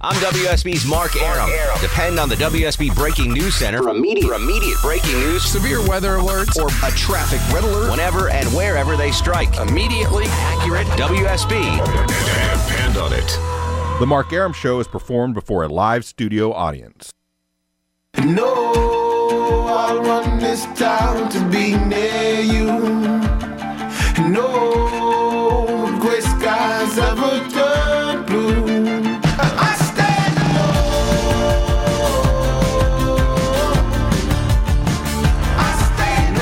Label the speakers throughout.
Speaker 1: I'm WSB's Mark Aram. Depend on the WSB Breaking News Center for immediate, for immediate breaking news,
Speaker 2: Severe weather alerts
Speaker 1: or a traffic red alert whenever and wherever they strike.
Speaker 2: immediately
Speaker 1: Accurate WSB.
Speaker 3: Depend on it.
Speaker 4: The Mark Aram Show is performed before a live studio audience.
Speaker 5: No, I want this town to be near you. No gray skies ever turn blue. I stand alone. I stand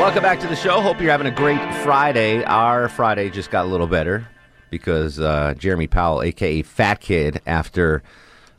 Speaker 6: Welcome back to the show. Hope you're having a great Friday. Our Friday just got a little better because uh, Jeremy Powell, aka Fat Kid, after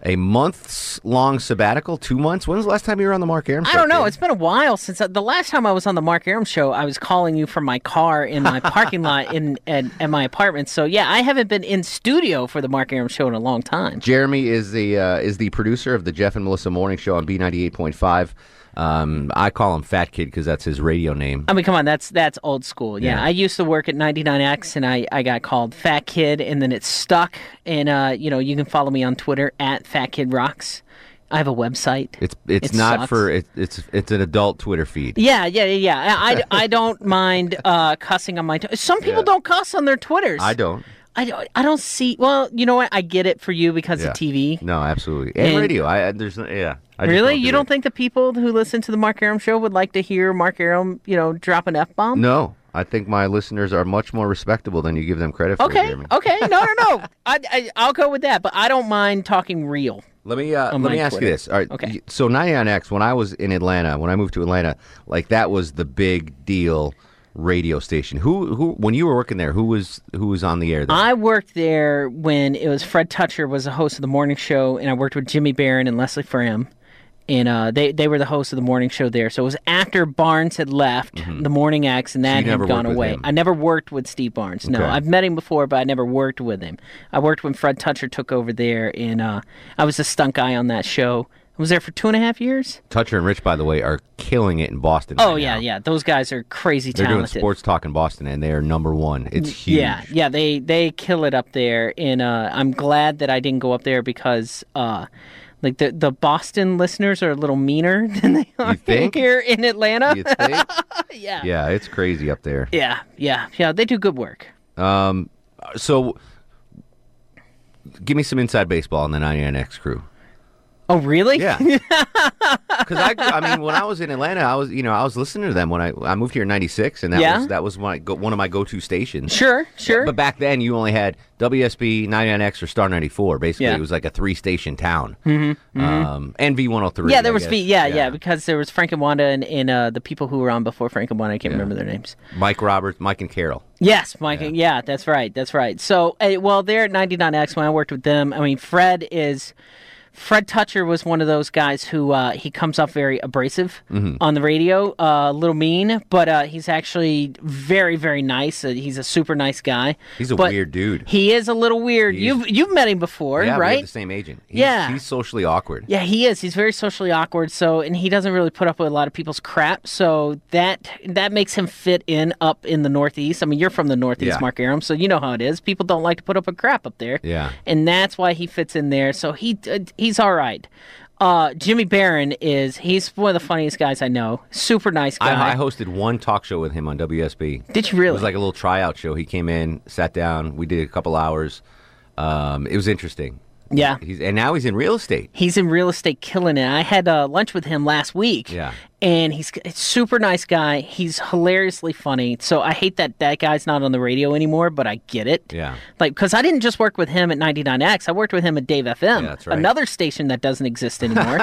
Speaker 6: a month's long sabbatical, two months. When was the last time you were on the Mark Aram Show?
Speaker 7: I don't know.
Speaker 6: Kid?
Speaker 7: It's been a while since I, the last time I was on the Mark Aram show. I was calling you from my car in my parking lot in at, at my apartment. So yeah, I haven't been in studio for the Mark Aram show in a long time.
Speaker 6: Jeremy is the uh, is the producer of the Jeff and Melissa Morning Show on B ninety eight point five. Um, I call him Fat Kid because that's his radio name.
Speaker 7: I mean, come on, that's that's old school. Yeah, I used to work at 99X, and I, I got called Fat Kid, and then it stuck. And uh, you know, you can follow me on Twitter at Fat Kid Rocks. I have a website.
Speaker 6: It's it's
Speaker 7: It
Speaker 6: not
Speaker 7: sucks.
Speaker 6: for it, it's it's an adult Twitter feed.
Speaker 7: Yeah, yeah, yeah. yeah. I, I, I don't mind uh, cussing on my. T- Some people don't cuss on their Twitters.
Speaker 6: I don't.
Speaker 7: I don't. I don't see. Well, you know what? I get it for you because
Speaker 6: Yeah.
Speaker 7: of TV.
Speaker 6: No, absolutely. And,
Speaker 7: And-
Speaker 6: radio. I I- there's no- yeah. I just
Speaker 7: Really? you
Speaker 6: do
Speaker 7: don't
Speaker 6: it.
Speaker 7: think the people who listen to the Mark Aram show would like to hear Mark Aram, you know, drop an f bomb?
Speaker 6: No, I think my listeners are much more respectable than you give them credit for.
Speaker 7: Okay. Oh.
Speaker 6: Jeremy.
Speaker 7: Okay. No. No. No. I, I I'll go with that, but I don't mind talking real.
Speaker 6: Let me uh,
Speaker 7: On
Speaker 6: let me
Speaker 7: my
Speaker 6: ask you
Speaker 7: Twitter.
Speaker 6: this. All right.
Speaker 7: Okay.
Speaker 6: y- So 99X, when I was in Atlanta, when I moved to Atlanta, like that was the big deal radio station. Who who when you were working there, who was who was on the air then?
Speaker 7: I worked there when it was Fred Tutcher was the host of the morning show, and I worked with Jimmy Barron and Leslie Fram, and uh, they they were the hosts of the morning show there. So it was after Barnes had left the Morning X, and that
Speaker 6: Mm-hmm. you never
Speaker 7: had gone
Speaker 6: worked with
Speaker 7: away.
Speaker 6: him?
Speaker 7: I never worked with Steve Barnes. No,
Speaker 6: Okay.
Speaker 7: I've met him before, but I never worked with him. I worked when Fred Tutcher took over there, and uh, I was the stunt guy on that show. I was there for two and a half years.
Speaker 6: Toucher and Rich, by the way, are killing it in Boston.
Speaker 7: Oh
Speaker 6: right
Speaker 7: yeah,
Speaker 6: now.
Speaker 7: yeah. Those guys are crazy
Speaker 6: They're doing
Speaker 7: talented. Mm,
Speaker 6: sports talk in Boston, and they are number one. It's huge.
Speaker 7: Yeah, yeah, they they kill it up there, and uh, I'm glad that I didn't go up there because, uh, like the the Boston listeners are a little meaner than they are
Speaker 6: think?
Speaker 7: here in Atlanta.
Speaker 6: You think?
Speaker 7: yeah. yeah,
Speaker 6: yeah, it's crazy up there.
Speaker 7: yeah, yeah, They do good work.
Speaker 6: Um, so give me some inside baseball on the 99X crew.
Speaker 7: Oh, really?
Speaker 6: Yeah. Because I, I mean, when I was in Atlanta, I was, you know, I was listening to them when I I moved here in '96, and that
Speaker 7: Yeah?
Speaker 6: was that was my go, one of my go-to stations.
Speaker 7: Sure, sure.
Speaker 6: But back then, you only had WSB 99X or Star 94. Basically,
Speaker 7: Yeah. Mm-hmm,
Speaker 6: it was like a three-station town. Um, and V103.
Speaker 7: yeah,
Speaker 6: I
Speaker 7: there was
Speaker 6: guess.
Speaker 7: V. Yeah, yeah, because there was Frank and Wanda and, and uh, the people who were on before Frank and Wanda. I can't remember their names.
Speaker 6: Mike Roberts, Mike and Carol.
Speaker 7: Yes, Mike. Yeah. that's right. That's right. So, eh, well, there at 99X, when I worked with them, I mean, Fred is. Fred Tutcher was one of those guys who uh, he comes off very abrasive
Speaker 6: Mm-hmm.
Speaker 7: on the radio, uh, a little mean, but uh, he's actually very, very nice. Uh, he's a super nice guy.
Speaker 6: He's a
Speaker 7: But
Speaker 6: weird dude.
Speaker 7: He is a little weird.
Speaker 6: He's-
Speaker 7: You've you've met him before,
Speaker 6: yeah, we
Speaker 7: right?
Speaker 6: have the same agent. He's,
Speaker 7: Yeah.
Speaker 6: he's socially awkward.
Speaker 7: Yeah, he is. He's very socially awkward. So, and he doesn't really put up with a lot of people's crap. So that that makes him fit in up in the Northeast. I mean, you're from the Northeast,
Speaker 6: Yeah.
Speaker 7: Mark Aram, so you know how it is. People don't like to put up with crap up there.
Speaker 6: Yeah.
Speaker 7: and that's why he fits in there. So he uh, he's all right. Uh, Jimmy Barron is he's one of the funniest guys I know. Super nice guy.
Speaker 6: I, I hosted one talk show with him on WSB.
Speaker 7: Did you really?
Speaker 6: It was like a little tryout show. He came in, sat down. We did a couple hours. Um, it was interesting.
Speaker 7: yeah.
Speaker 6: He's and now he's in real estate.
Speaker 7: He's in real estate killing it. I had uh, lunch with him last week.
Speaker 6: Yeah.
Speaker 7: and he's a super nice guy. He's hilariously funny. So I hate that that guy's not on the radio anymore, but I get it.
Speaker 6: Yeah.
Speaker 7: Like, because I didn't just work with him at 99X, I worked with him at Dave FM,
Speaker 6: Yeah, that's right.
Speaker 7: another station that doesn't exist anymore.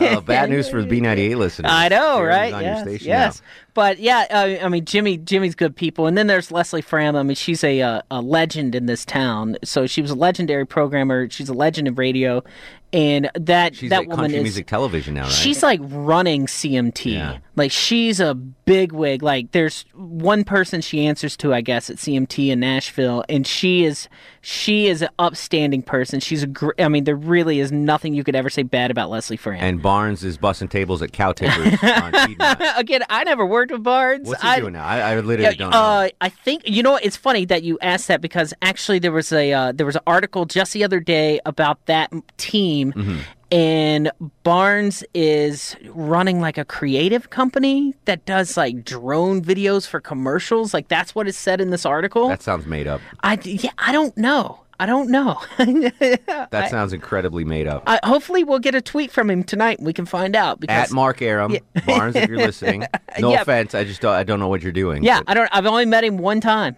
Speaker 6: Oh, bad news for the B98 listeners.
Speaker 7: I know,
Speaker 6: Jeremy's
Speaker 7: right?
Speaker 6: on your
Speaker 7: Yes,
Speaker 6: station
Speaker 7: yes.
Speaker 6: now.
Speaker 7: But yeah, uh, I, I mean, Jimmy, Jimmy's good people, and then there's Leslie Fram. I mean, she's a uh, a legend in this town. So she was a legendary programmer. She's a legend in radio, and that
Speaker 6: She's
Speaker 7: that
Speaker 6: at
Speaker 7: woman
Speaker 6: country
Speaker 7: is
Speaker 6: music television now, right?
Speaker 7: She's like running CMT.
Speaker 6: Yeah.
Speaker 7: Like she's a big wig. Like there's one person she answers to, I guess, at CMT in Nashville, and she is she is an upstanding person. She's a gr- I mean, there really is nothing you could ever say bad about Leslie Fran.
Speaker 6: and Barnes is bussing tables at Cow Tippers on Piedmont.
Speaker 7: Again, I never worked with Barnes.
Speaker 6: What's he
Speaker 7: I,
Speaker 6: doing now? I, I literally
Speaker 7: Yeah,
Speaker 6: don't know.
Speaker 7: uh, I think you know. It's funny that you asked that because actually there was a uh, there was an article just the other day about that m- team,
Speaker 6: Mm-hmm.
Speaker 7: and Barnes is running like a creative company that does like drone videos for commercials. Like that's what is said in this article.
Speaker 6: that sounds made up.
Speaker 7: I yeah, I don't know. I don't know.
Speaker 6: That sounds incredibly made up.
Speaker 7: I, hopefully, we'll get a tweet from him tonight. and We can find out
Speaker 6: At
Speaker 7: because
Speaker 6: Mark Aram, Barnes, if you're listening. No
Speaker 7: Yeah.
Speaker 6: offense, I just don't, I don't know what you're doing.
Speaker 7: Yeah,
Speaker 6: but
Speaker 7: I don't. I've only met him one time.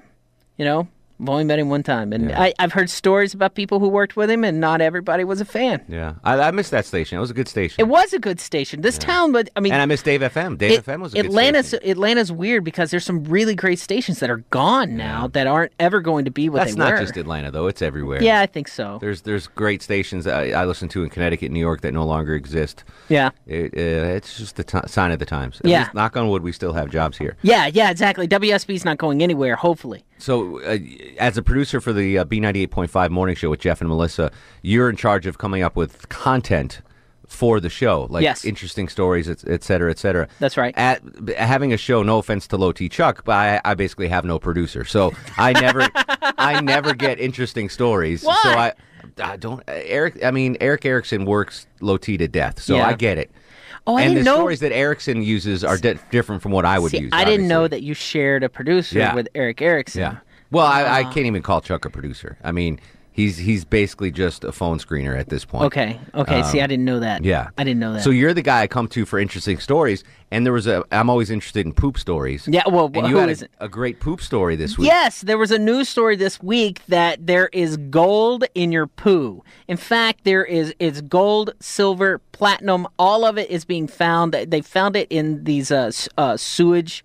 Speaker 7: You know, I've only met him one time, and I, I've heard stories about people who worked with him, and not everybody was a fan.
Speaker 6: yeah. I, I miss that station. It was a good station.
Speaker 7: It was a good station. This town, but I mean,
Speaker 6: and I miss Dave FM. Dave
Speaker 7: it-
Speaker 6: FM was a good
Speaker 7: Atlanta's
Speaker 6: station.
Speaker 7: Atlanta's weird because there's some really great stations that are gone now that aren't ever going to be what
Speaker 6: That's
Speaker 7: they
Speaker 6: not
Speaker 7: were.
Speaker 6: just Atlanta though; it's everywhere.
Speaker 7: yeah, I think so.
Speaker 6: there's there's great stations that I, I listen to in Connecticut, New York that no longer exist.
Speaker 7: Yeah.
Speaker 6: It, uh, it's just the ti sign of the times. At
Speaker 7: Yeah.
Speaker 6: least, knock on wood, we still have jobs here.
Speaker 7: Yeah, yeah, exactly. WSB's not going anywhere, hopefully.
Speaker 6: So, uh, as a producer for the uh, B98.5 morning show with Jeff and Melissa, you're in charge of coming up with content for the show, like
Speaker 7: Yes.
Speaker 6: interesting stories, et, et cetera, et cetera.
Speaker 7: That's right.
Speaker 6: At, having a show, no offense to Low T Chuck, but I, I basically have no producer, so I never, I never get interesting stories.
Speaker 7: Why?
Speaker 6: So I, I don't. Eric, I mean Eric Erickson works Low T to death, so
Speaker 7: Yeah.
Speaker 6: I get it.
Speaker 7: Oh, I
Speaker 6: and
Speaker 7: didn't
Speaker 6: the
Speaker 7: know.
Speaker 6: stories that Erickson uses are di- different from what I would
Speaker 7: See,
Speaker 6: use.
Speaker 7: I didn't
Speaker 6: obviously.
Speaker 7: know that you shared a producer
Speaker 6: Yeah.
Speaker 7: with Eric Erickson.
Speaker 6: Yeah. Well, I, I
Speaker 7: Uh,
Speaker 6: can't even call Chuck a producer. I mean, he's he's basically just a phone screener at this point.
Speaker 7: Okay. Okay. see, I didn't know that.
Speaker 6: Um, Yeah.
Speaker 7: I didn't know that.
Speaker 6: So you're the guy I come to for interesting stories, and there was a I'm always interested in poop stories.
Speaker 7: Yeah, well,
Speaker 6: and you
Speaker 7: who
Speaker 6: had
Speaker 7: isn't?
Speaker 6: a, a great poop story this week.
Speaker 7: Yes, there was a news story this week that there is gold in your poo. In fact, there is it's gold, silver, platinum. All of it is being found. They- They found it in these uh, s- uh, sewage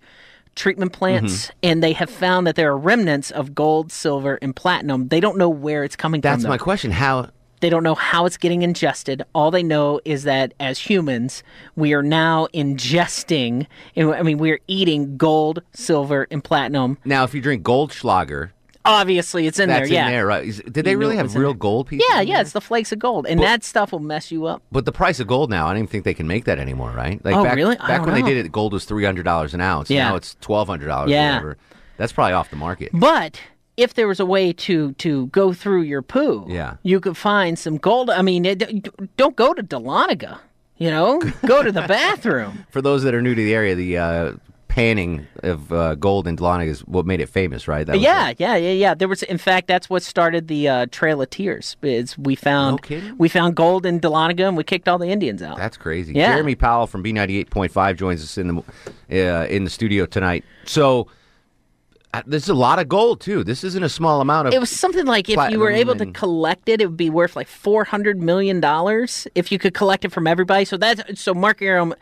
Speaker 6: Mm-hmm.
Speaker 7: treatment plants, and they have found that there are remnants of gold, silver, and platinum. They don't know where it's coming
Speaker 6: That's
Speaker 7: from.
Speaker 6: my
Speaker 7: though.
Speaker 6: question. How
Speaker 7: They don't know how it's getting ingested. All they know is that as humans, we are now ingesting. I mean, we are eating gold, silver, and platinum.
Speaker 6: now if you drink Goldschlager,
Speaker 7: Obviously, it's in
Speaker 6: that's
Speaker 7: there. Yeah.
Speaker 6: in there, right? Is- did they
Speaker 7: You knew
Speaker 6: really
Speaker 7: it
Speaker 6: have
Speaker 7: was in
Speaker 6: real
Speaker 7: there.
Speaker 6: gold pieces?
Speaker 7: Yeah,
Speaker 6: in
Speaker 7: yeah,
Speaker 6: there?
Speaker 7: it's the flakes of gold, and that stuff will mess you up.
Speaker 6: But the price of gold now, I don't even think they can make that anymore, right? Like
Speaker 7: Oh,
Speaker 6: back,
Speaker 7: really? I
Speaker 6: Back
Speaker 7: don't
Speaker 6: when
Speaker 7: know.
Speaker 6: they did it, gold was three hundred dollars an ounce.
Speaker 7: Yeah.
Speaker 6: Now it's twelve hundred dollars.
Speaker 7: Yeah.
Speaker 6: Or whatever. That's probably off the market.
Speaker 7: But if there was a way to to go through your poo,
Speaker 6: Yeah.
Speaker 7: you could find some gold. I mean, it, don't go to Dahlonega, you know, go to the bathroom.
Speaker 6: For those that are new to the area, the uh, panning of uh, gold in Delano is what made it famous, right? That was
Speaker 7: yeah,
Speaker 6: it.
Speaker 7: yeah, yeah, yeah. There was, in fact, that's what started the uh, Trail of Tears. Is we found
Speaker 6: kidding?
Speaker 7: we found gold in Dahlonega, and we kicked all the Indians out.
Speaker 6: that's crazy.
Speaker 7: Yeah.
Speaker 6: Jeremy Powell from B ninety eight point five joins us in the uh, in the studio tonight. So uh, there's a lot of gold too. This isn't a small amount of.
Speaker 7: it was something like if you were
Speaker 6: platinum
Speaker 7: able to
Speaker 6: and-
Speaker 7: collect it, it would be worth like four hundred million dollars if you could collect it from everybody. So that's so Mark Aram,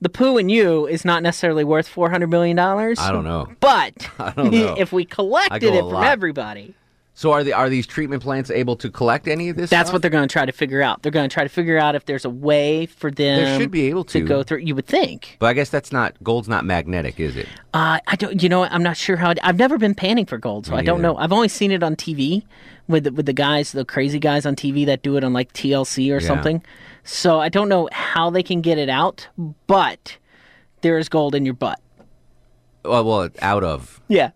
Speaker 7: the poo in you is not necessarily worth four hundred million dollars.
Speaker 6: I don't know.
Speaker 7: But
Speaker 6: don't know.
Speaker 7: if we collected
Speaker 6: go
Speaker 7: it
Speaker 6: a
Speaker 7: from
Speaker 6: lot.
Speaker 7: everybody,
Speaker 6: So are the are these treatment plants able to collect any of this?
Speaker 7: that's
Speaker 6: stuff?
Speaker 7: what they're going to try to figure out. They're going to try to figure out if there's a way for them.
Speaker 6: should be able to.
Speaker 7: go through. You would think.
Speaker 6: But I guess that's not gold's not magnetic, is it?
Speaker 7: Uh, I don't. You know, what, I'm not sure how. It, I've never been panning for gold, so I don't know. I've only seen it on TV with the, with the guys, the crazy guys on TV that do it on like TLC or something. So I don't know how they can get it out, but there is gold in your butt.
Speaker 6: Well, well, out of.
Speaker 7: Yeah.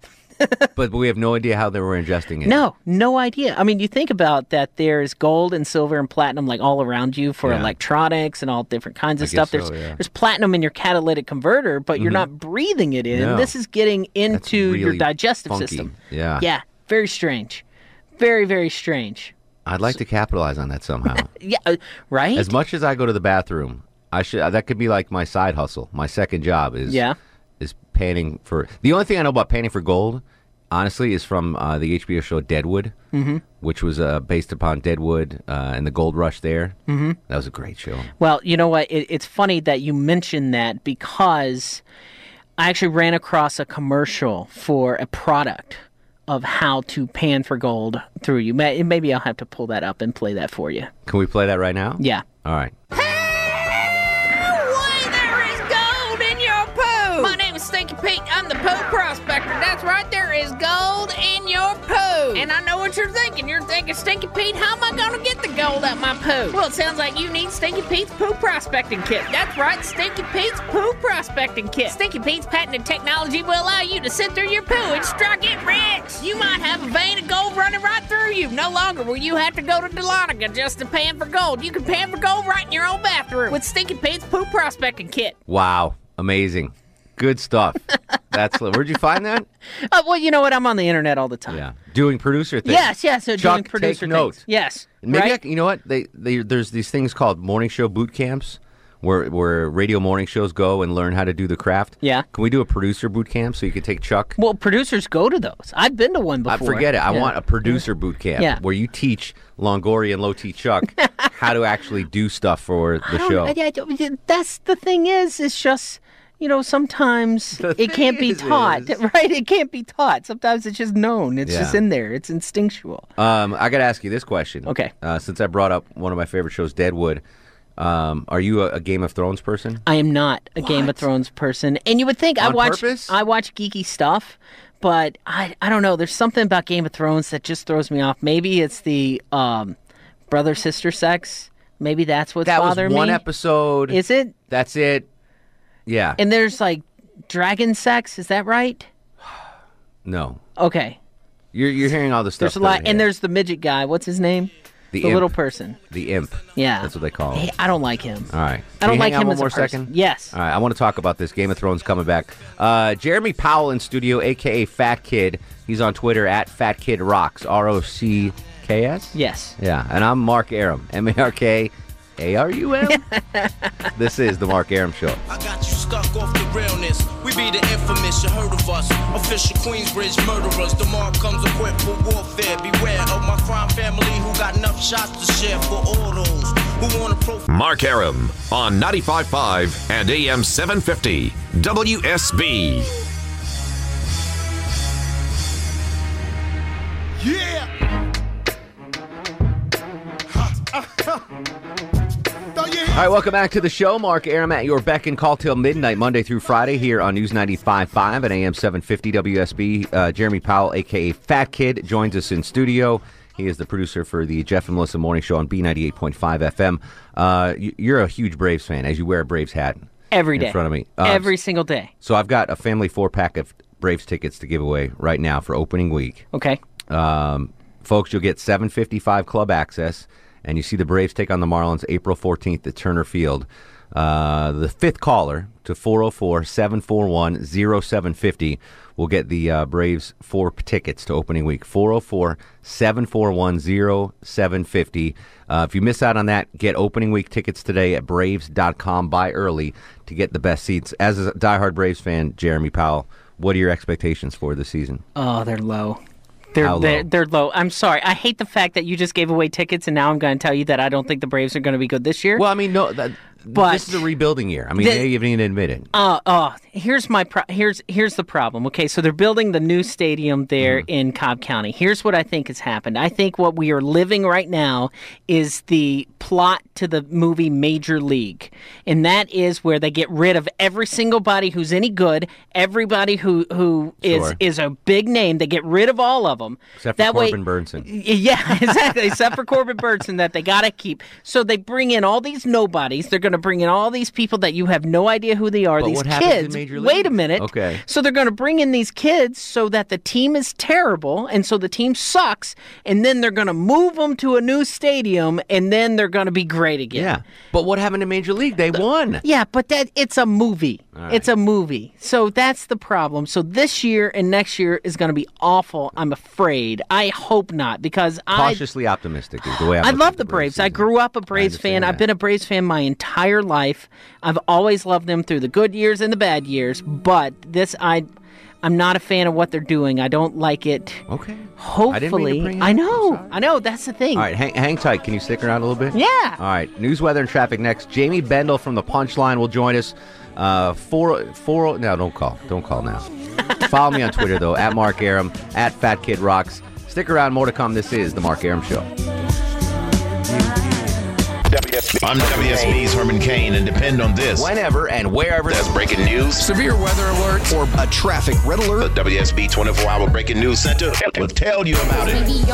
Speaker 6: But we have no idea how they were ingesting it.
Speaker 7: No, no idea. I mean, you think about that. There is gold and silver and platinum like all around you for
Speaker 6: Yeah.
Speaker 7: electronics and all different kinds of stuff.
Speaker 6: so,
Speaker 7: There's
Speaker 6: yeah. Mm-hmm.
Speaker 7: there's platinum in your catalytic converter, but you're not breathing it in.
Speaker 6: No.
Speaker 7: This is getting into your
Speaker 6: really
Speaker 7: digestive
Speaker 6: funky.
Speaker 7: system.
Speaker 6: Yeah.
Speaker 7: Yeah. Very strange. Very very strange.
Speaker 6: I'd like to capitalize on that somehow.
Speaker 7: Yeah. uh, Right.
Speaker 6: As much as I go to the bathroom, I should. That could be like my side hustle. My second job is
Speaker 7: Yeah.
Speaker 6: is painting for. The only thing I know about painting for gold, honestly, is from uh, the HBO show Deadwood,
Speaker 7: Mm-hmm.
Speaker 6: which was uh, based upon Deadwood uh, and the gold rush there. Mm-hmm. That was a great show.
Speaker 7: Well, you know what? It, it's funny that you mentioned that because I actually ran across a commercial for a product of how to pan for gold through you. May- Maybe I'll have to pull that up and play that for you.
Speaker 6: Can we play that right now?
Speaker 7: Yeah.
Speaker 6: All right.
Speaker 2: Way there is gold in your poo. My name is Stinky Pete. I'm the poo prospector. That's right, there is gold in your poo. And I know what you're thinking. You're thinking, Stinky Pete, how am I gonna get the gold out my poo? Well, it sounds like you need Stinky Pete's poo prospecting kit. That's right, Stinky Pete's poo prospecting kit. Stinky Pete's patented technology will allow you to sit through your poo and strike it rich. You might have a vein of gold running right through you. No longer will you have to go to Delonica just to pan for gold. You can pan for gold right in your own bathroom with Stinky Pete's poo prospecting kit.
Speaker 6: Wow. Amazing. Good stuff. That's where'd you find that?
Speaker 7: Uh, well, you know what? I'm on the internet all the time.
Speaker 6: Yeah, doing producer things.
Speaker 7: Yes, yes. So
Speaker 6: Chuck,
Speaker 7: doing producer
Speaker 6: take
Speaker 7: things.
Speaker 6: note.
Speaker 7: Yes.
Speaker 6: Maybe
Speaker 7: right?
Speaker 6: I can, you know what they, they there's these things called morning show boot camps where where radio morning shows go and learn how to do the craft.
Speaker 7: Yeah.
Speaker 6: Can we do a producer boot camp so you could take Chuck?
Speaker 7: Well, producers go to those. I've been to one
Speaker 6: I
Speaker 7: before.
Speaker 6: forget it. I
Speaker 7: Yeah.
Speaker 6: want a producer boot camp
Speaker 7: Yeah.
Speaker 6: where you teach Longoria and Low T Chuck how to actually do stuff for the
Speaker 7: I
Speaker 6: show.
Speaker 7: don't- I- I don't- that's the thing is, it's just you know sometimes
Speaker 6: The
Speaker 7: it can't
Speaker 6: thing
Speaker 7: be
Speaker 6: is-
Speaker 7: taught, right? It can't be taught. Sometimes it's just known. It's just
Speaker 6: Yeah.
Speaker 7: in there. It's instinctual.
Speaker 6: Um, I got to ask you this question.
Speaker 7: Okay.
Speaker 6: Uh, since I brought up one of my favorite shows, Deadwood, um, are you a, a Game of Thrones person?
Speaker 7: I am not a Game of Thrones person, and you would think I
Speaker 6: On
Speaker 7: watch
Speaker 6: purpose?
Speaker 7: I watch geeky stuff, but I I don't know. There's something about Game of Thrones that just throws me off. Maybe it's the um, brother sister sex. Maybe that's what's
Speaker 6: That was
Speaker 7: bothering
Speaker 6: one
Speaker 7: me.
Speaker 6: episode.
Speaker 7: Is it?
Speaker 6: That's it. Yeah.
Speaker 7: And there's like dragon sex. Is that right?
Speaker 6: no.
Speaker 7: Okay.
Speaker 6: You're, you're hearing all the stuff.
Speaker 7: There's a
Speaker 6: down
Speaker 7: lot, and
Speaker 6: here.
Speaker 7: there's the midget guy. What's his name?
Speaker 6: The
Speaker 7: the
Speaker 6: imp.
Speaker 7: little person.
Speaker 6: the imp.
Speaker 7: Yeah.
Speaker 6: That's what they call
Speaker 7: Hey,
Speaker 6: him.
Speaker 7: I don't like him.
Speaker 6: All right.
Speaker 7: I
Speaker 6: Can
Speaker 7: don't
Speaker 6: you
Speaker 7: like
Speaker 6: hang on
Speaker 7: him
Speaker 6: one
Speaker 7: as
Speaker 6: more
Speaker 7: a person.
Speaker 6: second.
Speaker 7: Yes.
Speaker 6: All right. I want to talk about this Game of Thrones coming back. Uh, Jeremy Powell in studio, aka Fat Kid. He's on Twitter at Fat Kid Rocks. R O C K S.
Speaker 7: Yes.
Speaker 6: Yeah, and I'm Mark Aram, M A R K A R U M. This is the Mark Aram Show.
Speaker 3: I got you stuck off the realness. We be the infamous, you heard of us. Official Queensbridge murderers. The mob comes equipped for warfare. Beware of my crime family who got enough shots to share for all those who want to profile.
Speaker 8: Mark Aram on 95.5 and AM 750 WSB.
Speaker 5: Yeah! Throw your
Speaker 6: All right, welcome back to the show. Mark Aram at your beck and call till midnight, Monday through Friday, here on News 95.5 and AM 750 WSB. Uh, Jeremy Powell, a.k.a. Fat Kid, joins us in studio. He is the producer for the Jeff and Melissa Morning Show on B98.5 FM. Uh, y- you're a huge Braves fan, as you wear a Braves hat
Speaker 7: Every
Speaker 6: in
Speaker 7: day.
Speaker 6: front of me. Um,
Speaker 7: Every single day.
Speaker 6: So I've got a family four pack of Braves tickets to give away right now for opening week.
Speaker 7: Okay.
Speaker 6: Um, folks, you'll get 755 club access, and you see the Braves take on the Marlins April 14th at Turner Field. Uh, the fifth caller to 404 741 0750 will get the uh, Braves four p- tickets to opening week 404 741 0750. Uh, If you miss out on that, get opening week tickets today at Braves.com. Buy early to get the best seats. As a diehard Braves fan, Jeremy Powell, what are your expectations for this season?
Speaker 7: Oh, they're low. They're,
Speaker 6: How
Speaker 7: they're
Speaker 6: low?
Speaker 7: they're low. I'm sorry. I hate the fact that you just gave away tickets, and now I'm going to tell you that I don't think the Braves are going to be good this year.
Speaker 6: Well, I mean, no, that,
Speaker 7: But-
Speaker 6: this is a rebuilding year. I mean,
Speaker 7: The-
Speaker 6: they even admit it.
Speaker 7: Uh, oh, here's my pro- here's here's the problem. Okay, so they're building the new stadium there
Speaker 6: Mm.
Speaker 7: in Cobb County. Here's what I think has happened. I think what we are living right now is the plot to the movie Major League, and that is where they get rid of every single body who's any good, everybody who who is
Speaker 6: Sure.
Speaker 7: is a big name. They get rid of all of them.
Speaker 6: Except for
Speaker 7: that way,
Speaker 6: Corbin Burnson.
Speaker 7: Y- Yeah, exactly. Except for Corbin Burnson, that they got to keep. So they bring in all these nobodies. They're going to bring in all these people that you have no idea who they are.
Speaker 6: But
Speaker 7: these
Speaker 6: what happens in
Speaker 7: kids.
Speaker 6: Major
Speaker 7: Wait a
Speaker 6: League?
Speaker 7: minute.
Speaker 6: Okay.
Speaker 7: So they're going to bring in these kids so that the team is terrible and so the team sucks, and then they're going to move them to a new stadium, and then they're going to be great again.
Speaker 6: Yeah. But what happened in Major League? They won.
Speaker 7: Yeah, but that it's a movie. It's a movie. So that's the problem. So this year and next year is going to be awful, I'm afraid. I hope not because I
Speaker 6: Cautiously optimistic is the way I.
Speaker 7: I love the Braves. I grew up a Braves fan.
Speaker 6: understand
Speaker 7: I've been a Braves fan my entire life. I've always loved them through the good years and the bad years, but this I I'm not a fan of what they're doing. I don't like it.
Speaker 6: Okay. I didn't mean to
Speaker 7: Hopefully,
Speaker 6: bring it
Speaker 7: I
Speaker 6: up. I'm
Speaker 7: know.
Speaker 6: sorry.
Speaker 7: I know that's the thing.
Speaker 6: All right, hang, hang tight. Can you stick around a little bit?
Speaker 7: Yeah.
Speaker 6: All right. News, weather, and traffic next. Jamie Bendel from the Punchline will join us. Uh, four, four. No, don't call. Don't call now. Follow me on Twitter though at Mark Aram at Fat Kid Rocks. Stick around. More to come. This is the Mark Aram Show.
Speaker 9: I'm WSB's Herman Kane, and depend on this.
Speaker 6: Whenever and wherever.
Speaker 9: That's breaking news.
Speaker 1: Severe weather alert or a traffic red
Speaker 9: The
Speaker 1: alert.
Speaker 9: WSB 24 Hour Breaking News Center will tell you about it.
Speaker 1: News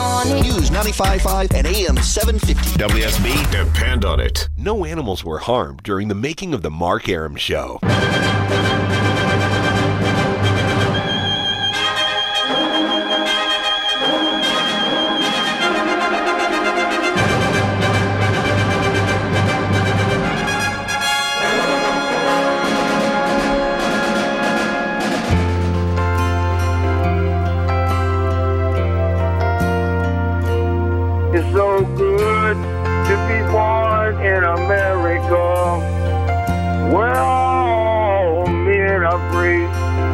Speaker 1: 95.5 and AM 750.
Speaker 9: WSB
Speaker 8: Depend on it.
Speaker 10: No animals were harmed during the making of the Mark Aram Show.
Speaker 11: It's so good to be born in America, where all men are free.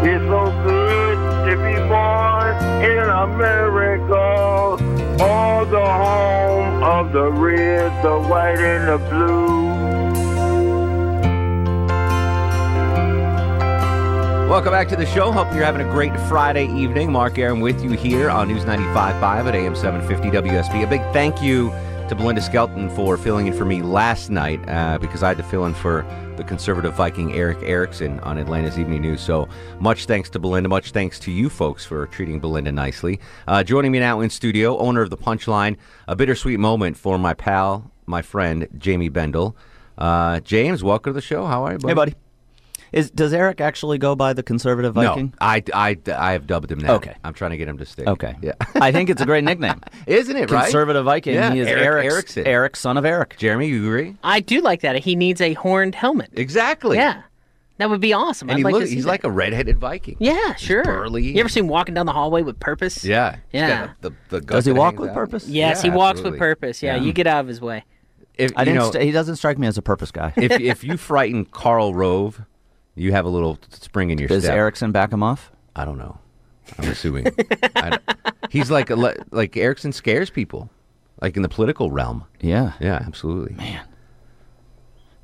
Speaker 11: It's so good to be born in America, all the home of the red, the white, and the blue.
Speaker 6: Welcome back to the show. Hope you're having a great Friday evening. Mark Aram with you here on News 95.5 at AM 750 WSB. A big thank you to Belinda Skelton for filling in for me last night uh, because I had to fill in for the conservative Viking Eric Erickson on Atlanta's Evening News. So much thanks to Belinda. Much thanks to you folks for treating Belinda nicely. Uh, joining me now in studio, owner of The Punchline, a bittersweet moment for my pal, my friend, Jamie Bendel. Uh, James, welcome to the show. How are you, buddy?
Speaker 12: Is does Eric actually go by the conservative Viking?
Speaker 6: No, I, I, I have dubbed him that.
Speaker 12: Okay.
Speaker 6: I'm trying to get him to stick.
Speaker 12: Okay.
Speaker 6: Yeah.
Speaker 12: I think it's a great nickname.
Speaker 6: Isn't it right?
Speaker 12: Conservative Viking.
Speaker 6: Yeah,
Speaker 12: He is
Speaker 6: Eric
Speaker 12: Eric's-
Speaker 6: Erickson.
Speaker 12: Eric, son of Eric.
Speaker 6: Jeremy, you agree?
Speaker 7: I do like that. He needs a horned helmet.
Speaker 6: Exactly.
Speaker 7: Yeah, that would be awesome.
Speaker 6: And
Speaker 7: I'd
Speaker 6: he
Speaker 7: like
Speaker 6: look,
Speaker 7: to see
Speaker 6: he's
Speaker 7: that.
Speaker 6: like a redheaded Viking.
Speaker 7: yeah, sure.
Speaker 6: burly.
Speaker 7: You ever seen him walking down the hallway with purpose?
Speaker 6: Yeah. He's got
Speaker 7: Yeah.
Speaker 6: The, the, the gut
Speaker 12: Does he
Speaker 6: that
Speaker 12: walk
Speaker 6: hangs
Speaker 12: with
Speaker 6: out.
Speaker 12: purpose?
Speaker 7: Yes,
Speaker 6: Yeah,
Speaker 7: he walks
Speaker 6: absolutely.
Speaker 7: with purpose. Yeah, you get out of his way.
Speaker 6: If,
Speaker 12: I
Speaker 6: you
Speaker 12: didn't.
Speaker 6: know,
Speaker 12: st- he doesn't strike me as a purpose guy.
Speaker 6: if, if you frighten Carl Rove, you have a little spring in your
Speaker 12: Does
Speaker 6: step.
Speaker 12: Erickson back him off?
Speaker 6: I don't know. I'm assuming. I don't- he's like, a, le- like Erickson scares people, like in the political realm.
Speaker 12: Yeah.
Speaker 6: Yeah, absolutely. Man.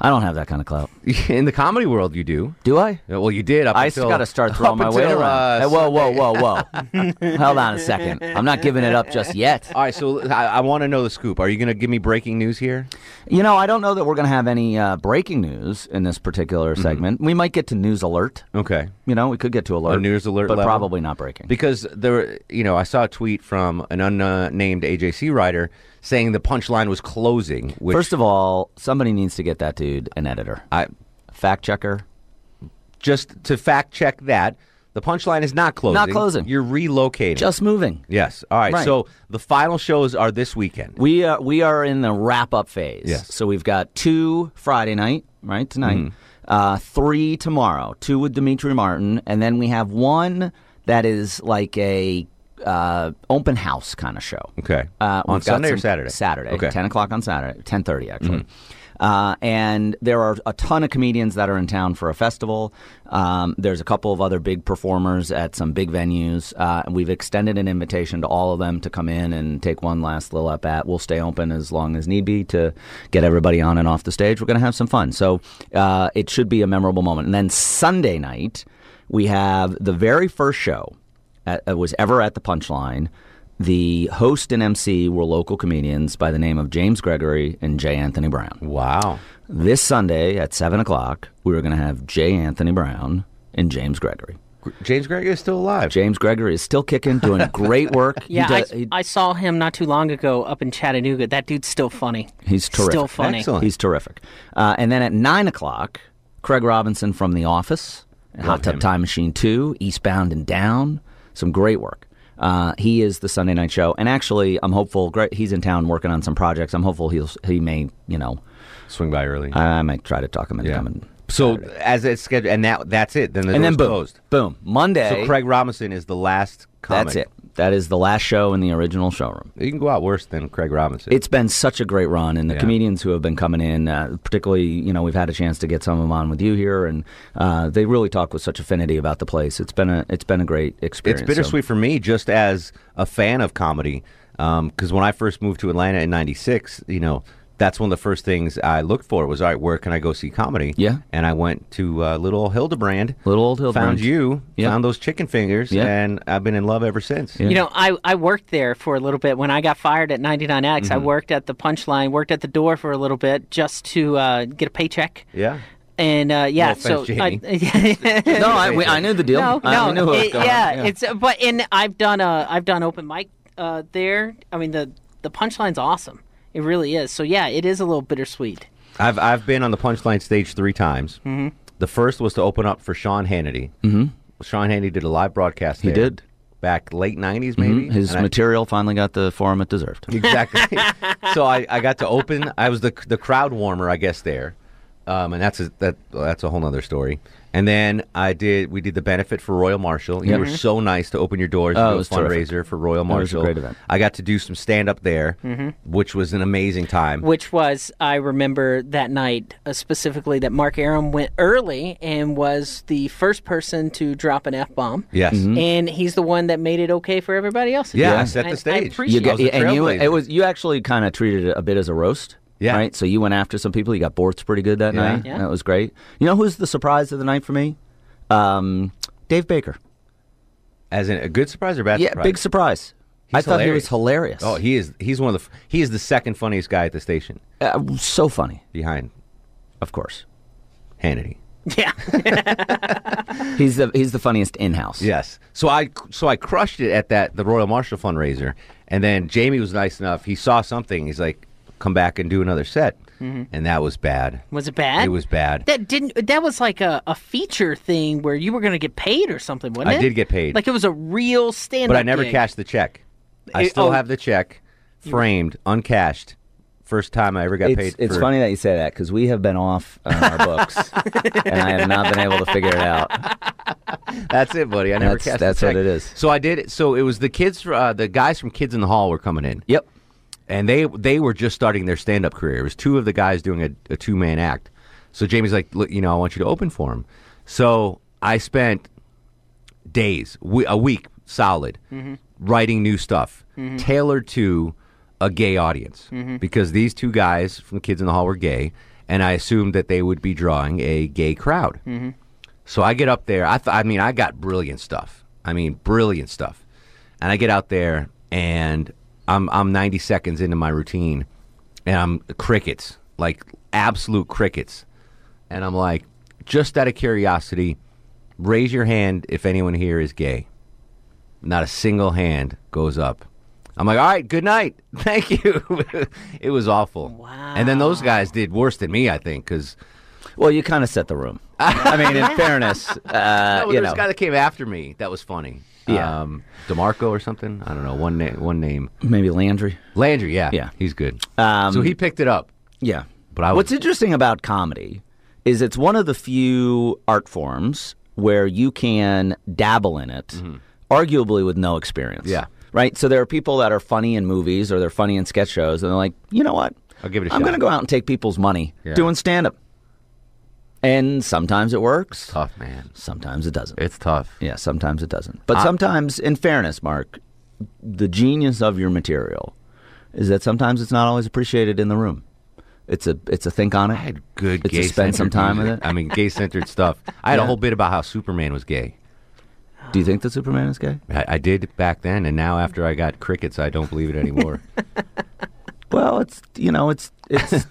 Speaker 12: I don't have that kind of clout.
Speaker 6: In the comedy world, you do.
Speaker 12: Do I?
Speaker 6: Yeah, Well, you did. Up
Speaker 12: I
Speaker 6: until,
Speaker 12: still got to start throwing
Speaker 6: up
Speaker 12: my weight
Speaker 6: until,
Speaker 12: around.
Speaker 6: uh,
Speaker 12: Hey, whoa, whoa, whoa, whoa! Hold on a second. I'm not giving it up just yet.
Speaker 6: All right, so I, I want to know the scoop. Are you going to give me breaking news here?
Speaker 12: You know, I don't know that we're going to have any uh, breaking news in this
Speaker 6: Mm-hmm.
Speaker 12: particular segment. We might get to news alert.
Speaker 6: Okay.
Speaker 12: You know, we could get to alert.
Speaker 6: news alert
Speaker 12: but
Speaker 6: level?
Speaker 12: probably not breaking.
Speaker 6: Because there, you know, I saw a tweet from an unnamed AJC writer saying the punchline was closing. Which
Speaker 12: First of all, somebody needs to get that dude an editor,
Speaker 6: I
Speaker 12: fact checker.
Speaker 6: just to fact check that the punchline is not closing.
Speaker 12: Not closing.
Speaker 6: You're relocating.
Speaker 12: Just moving.
Speaker 6: yes. All right,
Speaker 12: Right.
Speaker 6: So the final shows are this weekend.
Speaker 12: We are we are in the wrap up phase.
Speaker 6: Yes.
Speaker 12: So we've got two Friday night, right tonight,
Speaker 6: Mm-hmm.
Speaker 12: uh, three tomorrow, two with Dimitri Martin, and then we have one that is like a uh, open house kind of show.
Speaker 6: Okay.
Speaker 12: Uh,
Speaker 6: On
Speaker 12: we've got
Speaker 6: Sunday or
Speaker 12: some-
Speaker 6: Saturday?
Speaker 12: Saturday.
Speaker 6: Okay. Mm-hmm.
Speaker 12: Ten o'clock on Saturday. Ten thirty actually. Uh, and there are a ton of comedians that are in town for a festival. Um, there's a couple of other big performers at some big venues, uh, and we've extended an invitation to all of them to come in and take one last little up at. We'll stay open as long as need be to get everybody on and off the stage. We're going to have some fun, so uh, it should be a memorable moment. And then Sunday night, we have the very first show at, uh, was ever at the Punchline. The host and MC were local comedians by the name of James Gregory and J. Anthony Brown.
Speaker 6: Wow.
Speaker 12: This Sunday at 7 o'clock, we were going to have J. Anthony Brown and James Gregory.
Speaker 6: Gr- James Gregory is still alive.
Speaker 12: James Gregory is still kicking, doing great work. He
Speaker 7: Yeah,
Speaker 12: does-
Speaker 7: I,
Speaker 12: he-
Speaker 7: I saw him not too long ago up in Chattanooga. That dude's still funny.
Speaker 12: He's terrific.
Speaker 7: Still funny.
Speaker 6: Excellent.
Speaker 12: He's terrific. Uh, and then at 9 o'clock, Craig Robinson from The Office, Hot Tub Time Machine 2, Eastbound and Down. Some great work. Uh, he is the Sunday night show. And actually, I'm hopeful, Gre- he's in town working on some projects. I'm hopeful he'll, he may, you know,
Speaker 6: Swing by early.
Speaker 12: I, I might try to talk him into
Speaker 6: Yeah.
Speaker 12: coming
Speaker 6: So as it's scheduled, and that that's it. Then the
Speaker 12: and then
Speaker 6: door's
Speaker 12: boom,
Speaker 6: closed.
Speaker 12: boom, Monday.
Speaker 6: So Craig Robinson is the last. Comic.
Speaker 12: That's it. That is the last show in the original showroom.
Speaker 6: You can go out worse than Craig Robinson.
Speaker 12: It's been such a great run, and the
Speaker 6: Yeah.
Speaker 12: comedians who have been coming in, uh, particularly, you know, we've had a chance to get some of them on with you here, and uh, they really talk with such affinity about the place. It's been a it's been a great experience.
Speaker 6: It's bittersweet for me, just as a fan of comedy, because when I first moved to Atlanta in '96, you know, that's one of the first things I looked for was, all right, where can I go see comedy? Yeah, and I went to uh, little old Hildebrand,
Speaker 12: little old
Speaker 6: found
Speaker 12: Hildebrand.
Speaker 6: you,
Speaker 12: Yeah.
Speaker 6: found those chicken fingers,
Speaker 12: Yeah.
Speaker 6: and I've been in love ever since.
Speaker 7: You know, I, I worked there for a little bit. When I got fired at 99X, I
Speaker 6: Mhm.
Speaker 12: Mm-hmm.
Speaker 7: worked at the punchline, worked at the door for a little bit just to uh, get a paycheck.
Speaker 6: yeah.
Speaker 7: And uh, yeah,
Speaker 12: offense,
Speaker 7: so I,
Speaker 12: No, I- we- I knew the deal.
Speaker 7: No,
Speaker 12: I-
Speaker 7: no,
Speaker 12: we knew what was
Speaker 7: it-
Speaker 12: going on,
Speaker 7: yeah,
Speaker 12: yeah.
Speaker 7: it's but and I've done uh, I've done open mic uh, there. I mean the the punchline's awesome. It really is. So yeah, it is a little bittersweet.
Speaker 6: I've I've been on the punchline stage three times.
Speaker 7: Mhm.
Speaker 6: The first was to open up for Sean Hannity.
Speaker 12: Mhm.
Speaker 6: Sean Hannity did a live broadcast.
Speaker 12: He
Speaker 6: there
Speaker 12: did.
Speaker 6: back late '90s,
Speaker 12: Mhm.
Speaker 6: maybe.
Speaker 12: His
Speaker 6: And I-
Speaker 12: material finally got the form it deserved.
Speaker 6: Exactly. so I, I got to open. I was the the crowd warmer, I guess there, um, and that's a, that that's a whole nother story. And then I did we did the benefit for Royal Marshall. You
Speaker 12: Yep.
Speaker 6: were so nice to open your doors
Speaker 12: Oh,
Speaker 6: and
Speaker 12: it
Speaker 6: do a
Speaker 12: was
Speaker 6: fundraiser
Speaker 12: terrific.
Speaker 6: for Royal
Speaker 12: That was a
Speaker 6: Marshall.
Speaker 12: great event.
Speaker 6: I got to do some stand up there,
Speaker 7: Mhm.
Speaker 6: which was an amazing time.
Speaker 7: Which was I remember that night uh, specifically that Mark Aram went early and was the first person to drop an f bomb.
Speaker 6: Yes. Mhm.
Speaker 7: and he's the one that made it okay for everybody else. to
Speaker 12: Mm-hmm. Yeah,
Speaker 7: do
Speaker 12: I
Speaker 7: it.
Speaker 12: set the
Speaker 7: And I
Speaker 12: stage.
Speaker 7: appreciate it.
Speaker 12: You got- and you, it was you actually kind of treated it a bit as a roast. Yeah. Right. So you went after some people. You got Bortz pretty good that
Speaker 7: Yeah.
Speaker 12: night.
Speaker 7: Yeah.
Speaker 12: That was great. You know who's the surprise of the night for me? Um, Dave Baker.
Speaker 6: As in a good surprise or bad
Speaker 12: yeah,
Speaker 6: surprise?
Speaker 12: big surprise. I
Speaker 6: He's
Speaker 12: thought he was hilarious.
Speaker 6: Oh, he is. He's one of the. f- He is the second funniest guy at the station.
Speaker 12: Uh, so funny.
Speaker 6: Behind,
Speaker 12: of course,
Speaker 6: Hannity.
Speaker 12: he's the he's the funniest in house.
Speaker 6: Yes. So I so I crushed it at that the Royal Marshall fundraiser, and then Jamie was nice enough. He saw something. He's like, "Come back and do another set,"
Speaker 12: Mm-hmm.
Speaker 7: Mhm.
Speaker 6: and that was bad.
Speaker 7: Was it bad?
Speaker 6: It was bad.
Speaker 7: That didn't. That was like a, a feature thing where you were going to get paid or something, wasn't
Speaker 6: I
Speaker 7: it?
Speaker 6: did get paid.
Speaker 7: Like it was a real stand.
Speaker 6: but I never cashed the check. I
Speaker 7: It-
Speaker 6: still
Speaker 7: oh.
Speaker 6: have the check, framed, uncashed. First time I ever got
Speaker 12: it's,
Speaker 6: paid.
Speaker 12: It's
Speaker 6: for-
Speaker 12: funny that you say that because we have been off on our books, and I have not been able to figure it out.
Speaker 6: That's it, buddy. I never
Speaker 12: That's-
Speaker 6: cashed
Speaker 12: that's
Speaker 6: the check.
Speaker 12: what it is.
Speaker 6: So I did. So it was the kids, fr- uh, the guys from Kids in the Hall were coming in.
Speaker 12: Yep.
Speaker 6: And they they were just starting their stand up career. It was two of the guys doing a, a two man act. So Jamie's like, Look, you know, I want you to open for him. So I spent days, we, a week solid,
Speaker 13: Mhm.
Speaker 6: writing new stuff
Speaker 13: Mhm.
Speaker 6: tailored to a gay audience
Speaker 13: Mhm.
Speaker 6: because these two guys from Kids in the Hall were gay, and I assumed that they would be drawing a gay crowd.
Speaker 13: Mhm.
Speaker 6: So I get up there. I, th- I mean, I got brilliant stuff. I mean, brilliant stuff. And I get out there, and I'm I'm 90 seconds into my routine, and I'm crickets, like absolute crickets. And I'm like, just out of curiosity, raise your hand if anyone here is gay. Not a single hand goes up. I'm like, all right, good night. Thank you. it was awful. Wow. And then those guys did worse than me, I think, because.
Speaker 12: Well, you kind of set the room. I mean, in fairness, uh,
Speaker 6: no,
Speaker 12: you
Speaker 6: Oh, there was
Speaker 12: know,
Speaker 6: a guy that came after me that was funny.
Speaker 12: Yeah.
Speaker 6: Um, DeMarco or something. I don't know. One, na- one name.
Speaker 12: maybe Landry.
Speaker 6: Landry, yeah.
Speaker 12: Yeah.
Speaker 6: He's good.
Speaker 12: Um,
Speaker 6: so he picked it up.
Speaker 12: Yeah.
Speaker 6: But I
Speaker 12: What's interesting about comedy is it's one of the few art forms where you can dabble in it, arguably with no experience.
Speaker 6: Mm-hmm. Yeah.
Speaker 12: Right? So there are people that are funny in movies or they're funny in sketch shows and they're like, you know what?
Speaker 6: I'll give it a
Speaker 12: I'm
Speaker 6: shot.
Speaker 12: going to go out and take people's money
Speaker 6: Yeah.
Speaker 12: doing stand up. And sometimes it works.
Speaker 6: tough, man.
Speaker 12: Sometimes it doesn't.
Speaker 6: It's tough.
Speaker 12: Yeah, sometimes it doesn't. But
Speaker 6: I-
Speaker 12: sometimes, in fairness, Mark, the genius of your material is that sometimes it's not always appreciated in the room. It's a it's a think on it. I had
Speaker 6: good
Speaker 12: it's a spend some
Speaker 6: gay-centered
Speaker 12: time with
Speaker 6: music.
Speaker 12: it.
Speaker 6: I mean, gay centered stuff. I had a
Speaker 12: Yeah.
Speaker 6: whole bit about how Superman was gay.
Speaker 12: Do you think that Superman is gay?
Speaker 6: I, I did back then, and now after I got crickets, I don't believe it anymore.
Speaker 12: Well, it's you know it's it's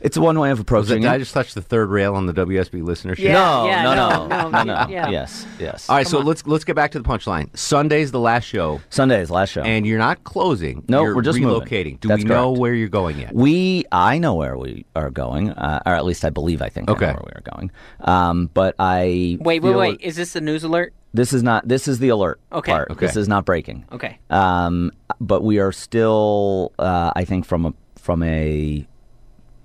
Speaker 12: it's one way
Speaker 6: Was
Speaker 12: of
Speaker 6: it-
Speaker 12: approaching
Speaker 6: did I
Speaker 12: it.
Speaker 6: just touch the third rail on the WSB listenership?
Speaker 12: Yeah, No, yeah, no, no,
Speaker 7: no,
Speaker 12: no, no.
Speaker 7: yeah.
Speaker 12: Yes, yes.
Speaker 6: All right, so let's let's get back to the punchline. Sunday's the last show.
Speaker 12: Sunday's last show,
Speaker 6: and you're not closing.
Speaker 12: No,
Speaker 6: You're
Speaker 12: we're just moving.
Speaker 6: relocating. Do
Speaker 12: That's
Speaker 6: we know
Speaker 12: correct.
Speaker 6: where you're going yet?
Speaker 12: We, I know where we are going, uh, or at least I believe I think I know where we are going. Um, but I
Speaker 7: Wait, wait,
Speaker 12: feel
Speaker 7: wait. Is this the news alert?
Speaker 12: This is not. This is the alert
Speaker 7: Okay.
Speaker 12: part.
Speaker 7: Okay.
Speaker 12: This is not breaking.
Speaker 7: Okay.
Speaker 12: Um, but we are still, uh, I think, from a from a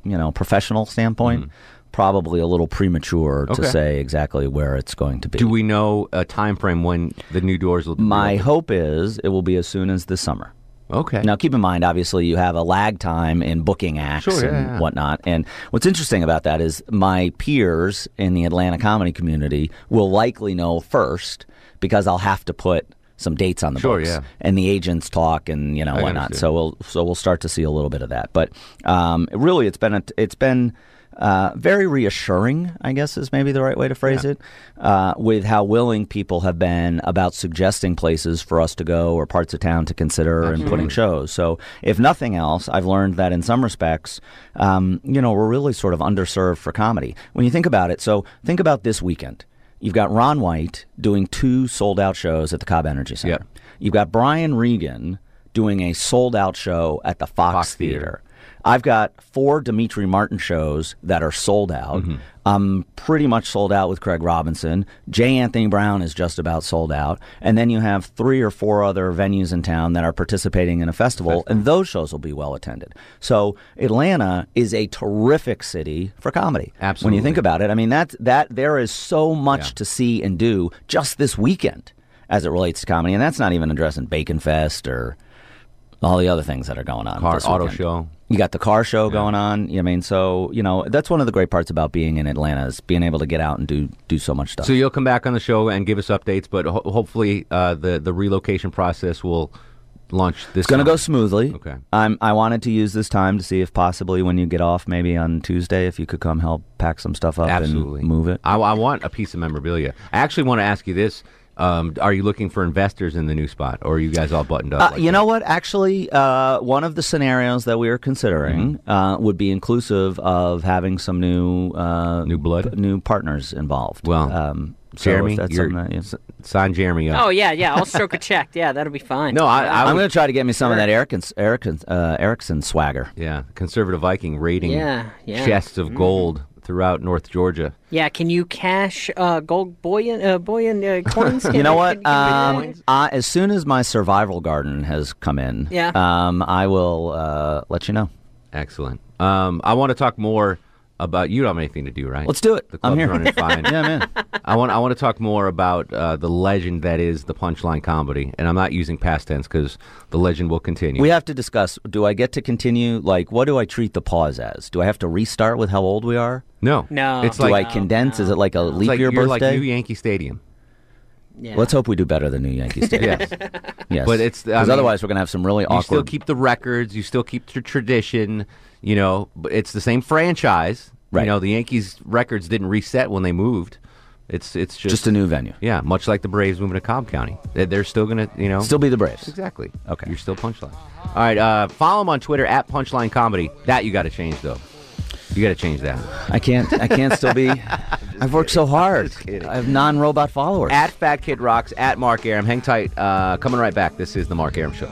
Speaker 12: you know professional standpoint, probably a little premature
Speaker 6: Mm-hmm. Okay.
Speaker 12: to say exactly where it's going to be.
Speaker 6: Do we know a time frame when the new doors will be?
Speaker 12: My hope is it will be as soon as this summer.
Speaker 6: Okay.
Speaker 12: Now, keep in mind, obviously, you have a lag time in booking acts
Speaker 6: Sure, yeah,
Speaker 12: and
Speaker 6: yeah.
Speaker 12: whatnot. And what's interesting about that is my peers in the Atlanta comedy community will likely know first because I'll have to put some dates on the
Speaker 6: Sure,
Speaker 12: books
Speaker 6: yeah.
Speaker 12: and the agents talk and you know
Speaker 6: I
Speaker 12: whatnot.
Speaker 6: understand.
Speaker 12: So we'll so we'll start to see a little bit of that. But um, really, it's been a, it's been uh, very reassuring, I guess is maybe the right way to phrase it, uh, with how willing people have been about suggesting places for us to go or parts of town to consider and putting shows. So if nothing else, I've learned that in some respects, um, you know, we're really sort of underserved for comedy when you think about it. So think about this weekend. You've got Ron White doing two sold out shows at the Cobb Energy Center. You've got Brian Regan doing a sold out show at the Fox, Theater. I've got four Dimitri Martin shows that are sold out. I'm pretty much sold out with Craig Robinson. J. Anthony Brown is just about sold out. And then you have three or four other venues in town that are participating in a festival, and those shows will be well attended. So Atlanta is a terrific city for comedy. Absolutely. When you think about it, I mean, that's, that, there is so much to see and do just this weekend as it relates to comedy. And that's not even addressing Bacon Fest or all the other things that are going on.
Speaker 6: Car-
Speaker 12: this
Speaker 6: auto
Speaker 12: weekend.
Speaker 6: show.
Speaker 12: You got the car show going on. I mean, so you know that's one of the great parts about being in Atlanta is being able to get out and do do so much stuff.
Speaker 6: So you'll come back on the show and give us updates, but ho- hopefully uh, the the relocation process will launch this.
Speaker 12: it's going to go
Speaker 6: summer.
Speaker 12: smoothly.
Speaker 6: Okay.
Speaker 12: I'm, I wanted to use this time to see if possibly when you get off, maybe on Tuesday, if you could come help pack some stuff up
Speaker 6: Absolutely.
Speaker 12: and move it.
Speaker 6: I, I want a piece of memorabilia. I actually want to ask you this: um, Are you looking for investors in the new spot, or are you guys all buttoned up?
Speaker 12: Uh,
Speaker 6: like
Speaker 12: you know what? Actually, uh, one of the scenarios that we are considering
Speaker 6: Mm-hmm.
Speaker 12: uh, would be inclusive of having some new uh, new blood, new partners involved. Well, um, so if
Speaker 6: Jeremy,
Speaker 12: that's
Speaker 6: you're-
Speaker 12: something that, yeah.
Speaker 6: sign Jeremy up.
Speaker 7: Oh yeah, yeah. I'll stroke a check. Yeah, that'll be fine.
Speaker 12: am going to try to get me some of that Erickson, Erickson, uh, Erickson swagger.
Speaker 6: Yeah, conservative Viking raiding
Speaker 7: Yeah, yeah.
Speaker 6: chests of
Speaker 7: Mm.
Speaker 6: gold throughout North Georgia.
Speaker 7: Yeah, can you cash uh, gold bullion, uh, bullion uh, coins?
Speaker 12: you
Speaker 7: Can
Speaker 12: know
Speaker 7: I-
Speaker 12: what?
Speaker 7: can- can we do
Speaker 12: Um, I, as soon as my survival garden has come in,
Speaker 7: Yeah.
Speaker 12: um, I will uh, let you know.
Speaker 6: Excellent. Um, I want to talk more about you. Don't have anything to do, right?
Speaker 12: Let's do it.
Speaker 6: The
Speaker 12: I'm
Speaker 6: club's
Speaker 12: here.
Speaker 6: running fine.
Speaker 12: Yeah, I'm in.
Speaker 6: I want. I want to talk more about uh, the legend that is the punchline comedy, and I'm not using past tense because the legend will continue.
Speaker 12: We have to discuss. Do I get to continue? Like, what do I treat the pause as? Do I have to restart with how old we are?
Speaker 6: No. No. It's
Speaker 12: do
Speaker 6: like-
Speaker 12: I condense? Is it like a
Speaker 6: It's
Speaker 12: leap
Speaker 6: like
Speaker 12: year
Speaker 6: you're
Speaker 12: birthday?
Speaker 6: like New Yankee Stadium.
Speaker 7: Yeah.
Speaker 12: Let's hope we do better than New Yankee Stadium.
Speaker 6: Yes.
Speaker 12: yes.
Speaker 6: But it's I
Speaker 12: 'Cause
Speaker 6: mean,
Speaker 12: otherwise we're gonna have some really
Speaker 6: You still
Speaker 12: awkward.
Speaker 6: keep the records. You still keep the tradition. You know, but it's the same franchise.
Speaker 12: Right.
Speaker 6: You know, the Yankees records didn't reset when they moved. It's it's just
Speaker 12: Just a new venue.
Speaker 6: Yeah, much like the Braves moving to Cobb County, They- they're still gonna you know
Speaker 12: Still be the Braves.
Speaker 6: Exactly.
Speaker 12: Okay.
Speaker 6: You're still punchline. All right. Uh, follow him on Twitter at punchline comedy. That you got to change though. You got to change that.
Speaker 12: I can't. I can't still be. I've worked so hard. I have non-robot followers.
Speaker 6: At Fat Kid Rocks. At Mark Aram. Hang tight. Uh, coming right back. This is the Mark Aram Show.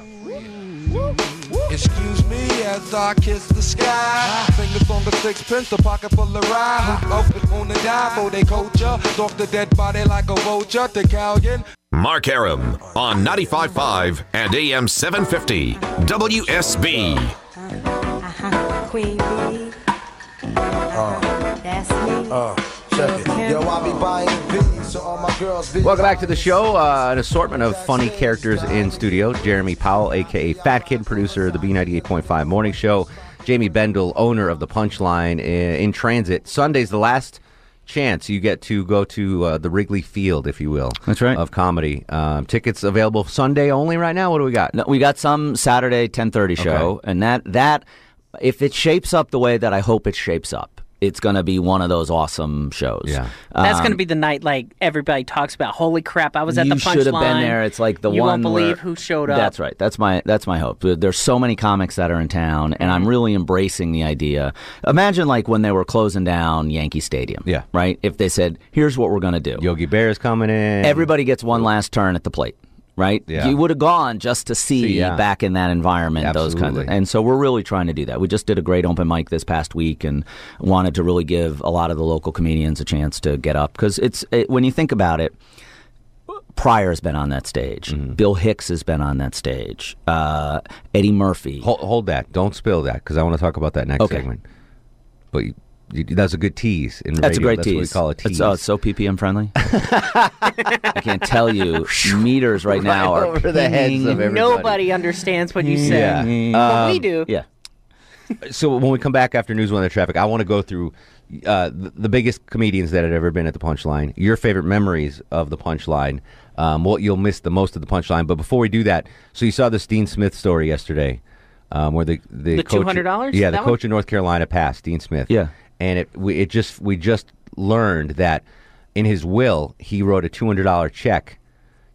Speaker 11: Excuse me as I kiss the sky. Fingers on the sixpence, a pocket full of rye. Who open on the dive for they culture? Stalk the dead body like a vulture. The Callion.
Speaker 8: Mark Aram on 95.5 and AM 750 WSB.
Speaker 13: Queen Bee. That's me.
Speaker 11: check it. Yo, I be buying bees, so all my girls be.
Speaker 6: Welcome back to the show. Uh, an assortment of funny characters in studio. Jeremy Powell, aka Fat Kid, producer of the B98.5 Morning Show. Jamie Bendel, owner of the Punchline uh, in transit. Sunday's the last chance you get to go to uh, the Wrigley Field, if you will. That's right. Of comedy. Um, tickets available Sunday only right now. What do we got?
Speaker 12: No, we got some Saturday 10:30 show, and that that if it shapes up the way that I hope it shapes up, it's going to be one of those awesome shows. Yeah,
Speaker 7: That's going to be the night like everybody talks about. Holy crap! I was at
Speaker 12: um, you
Speaker 7: the punchline.
Speaker 12: should have been there. It's like the
Speaker 7: you
Speaker 12: one
Speaker 7: won't believe
Speaker 12: where-
Speaker 7: who showed up.
Speaker 12: That's right. That's my that's my hope. There- There's so many comics that are in town, and
Speaker 7: Mm-hmm.
Speaker 12: I'm really embracing the idea. Imagine like when they were closing down Yankee Stadium. Yeah. Right. If they said, "Here's what we're going to do."
Speaker 6: Yogi Bear is coming in.
Speaker 12: Everybody gets one last turn at the plate. Right.
Speaker 6: Yeah.
Speaker 12: You would have gone just to see
Speaker 6: See, yeah.
Speaker 12: back in that environment. Those kinds of.
Speaker 6: Absolutely.
Speaker 12: And so we're really trying to do that. We just did a great open mic this past week and wanted to really give a lot of the local comedians a chance to get up because it's it, when you think about it. Pryor's been on that stage.
Speaker 6: Mm-hmm.
Speaker 12: Bill Hicks has been on that stage. Uh, Eddie Murphy.
Speaker 6: Hold, hold that. Don't spill that because I want to talk about that next
Speaker 12: Okay.
Speaker 6: segment. But you- That's a good tease. In
Speaker 12: That's a
Speaker 6: radio.
Speaker 12: great
Speaker 6: That's
Speaker 12: tease.
Speaker 6: What we call a tease.
Speaker 12: It's, uh, so PPM friendly. I can't tell you. meters right now
Speaker 7: Right
Speaker 12: are
Speaker 7: over the
Speaker 6: heads
Speaker 12: pinging.
Speaker 6: of everybody.
Speaker 7: Nobody understands what you say. But
Speaker 6: Um,
Speaker 7: we do.
Speaker 6: So when we come back after news one the traffic, I want to go through uh, the, the biggest comedians that had ever been at the punchline, your favorite memories of the punchline, um, what you'll miss the most of the punchline. But before we do that, so you saw the Dean Smith story yesterday, um, where the the,
Speaker 7: The
Speaker 6: coach-
Speaker 7: $200?
Speaker 6: yeah, the
Speaker 7: That one?
Speaker 6: coach in North Carolina passed Dean Smith, yeah, and it we it just we just learned that in his will he wrote a two hundred dollar check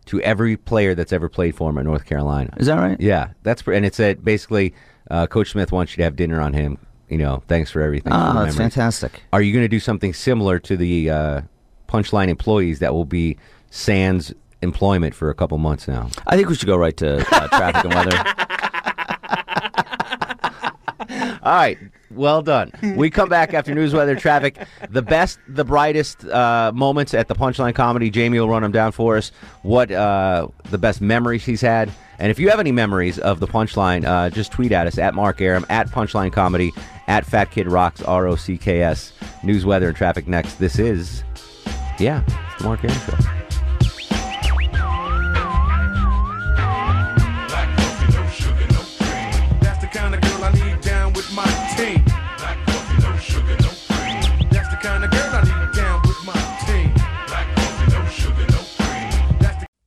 Speaker 6: to every player that's ever played for him at North Carolina.
Speaker 12: Is that right?
Speaker 6: Yeah, that's pre- and it said basically, uh, Coach Smith wants you to have dinner on him. You know, thanks for everything.
Speaker 12: Ah,
Speaker 6: for the
Speaker 12: that's
Speaker 6: memories.
Speaker 12: fantastic.
Speaker 6: Are you going to do something similar to the uh, punchline employees that will be Sans employment for a couple months now?
Speaker 12: I think we should go right to uh, traffic and weather.
Speaker 6: All right. Well done. We come back after news, weather, traffic, the best, the brightest uh, moments at the Punchline Comedy. Jamie will run them down for us. What uh, the best memories he's had, and if you have any memories of the Punchline, uh, just tweet at us at Mark Aram at Punchline Comedy at Fat Kid Rocks R O C K S. News, weather, and traffic next. This is, yeah, it's the Mark Aram Show.
Speaker 11: That's the kind of girl I need down with my team. Black coffee, no sugar, no cream. That's the kind of girl I need down with my team. Black coffee, no sugar, no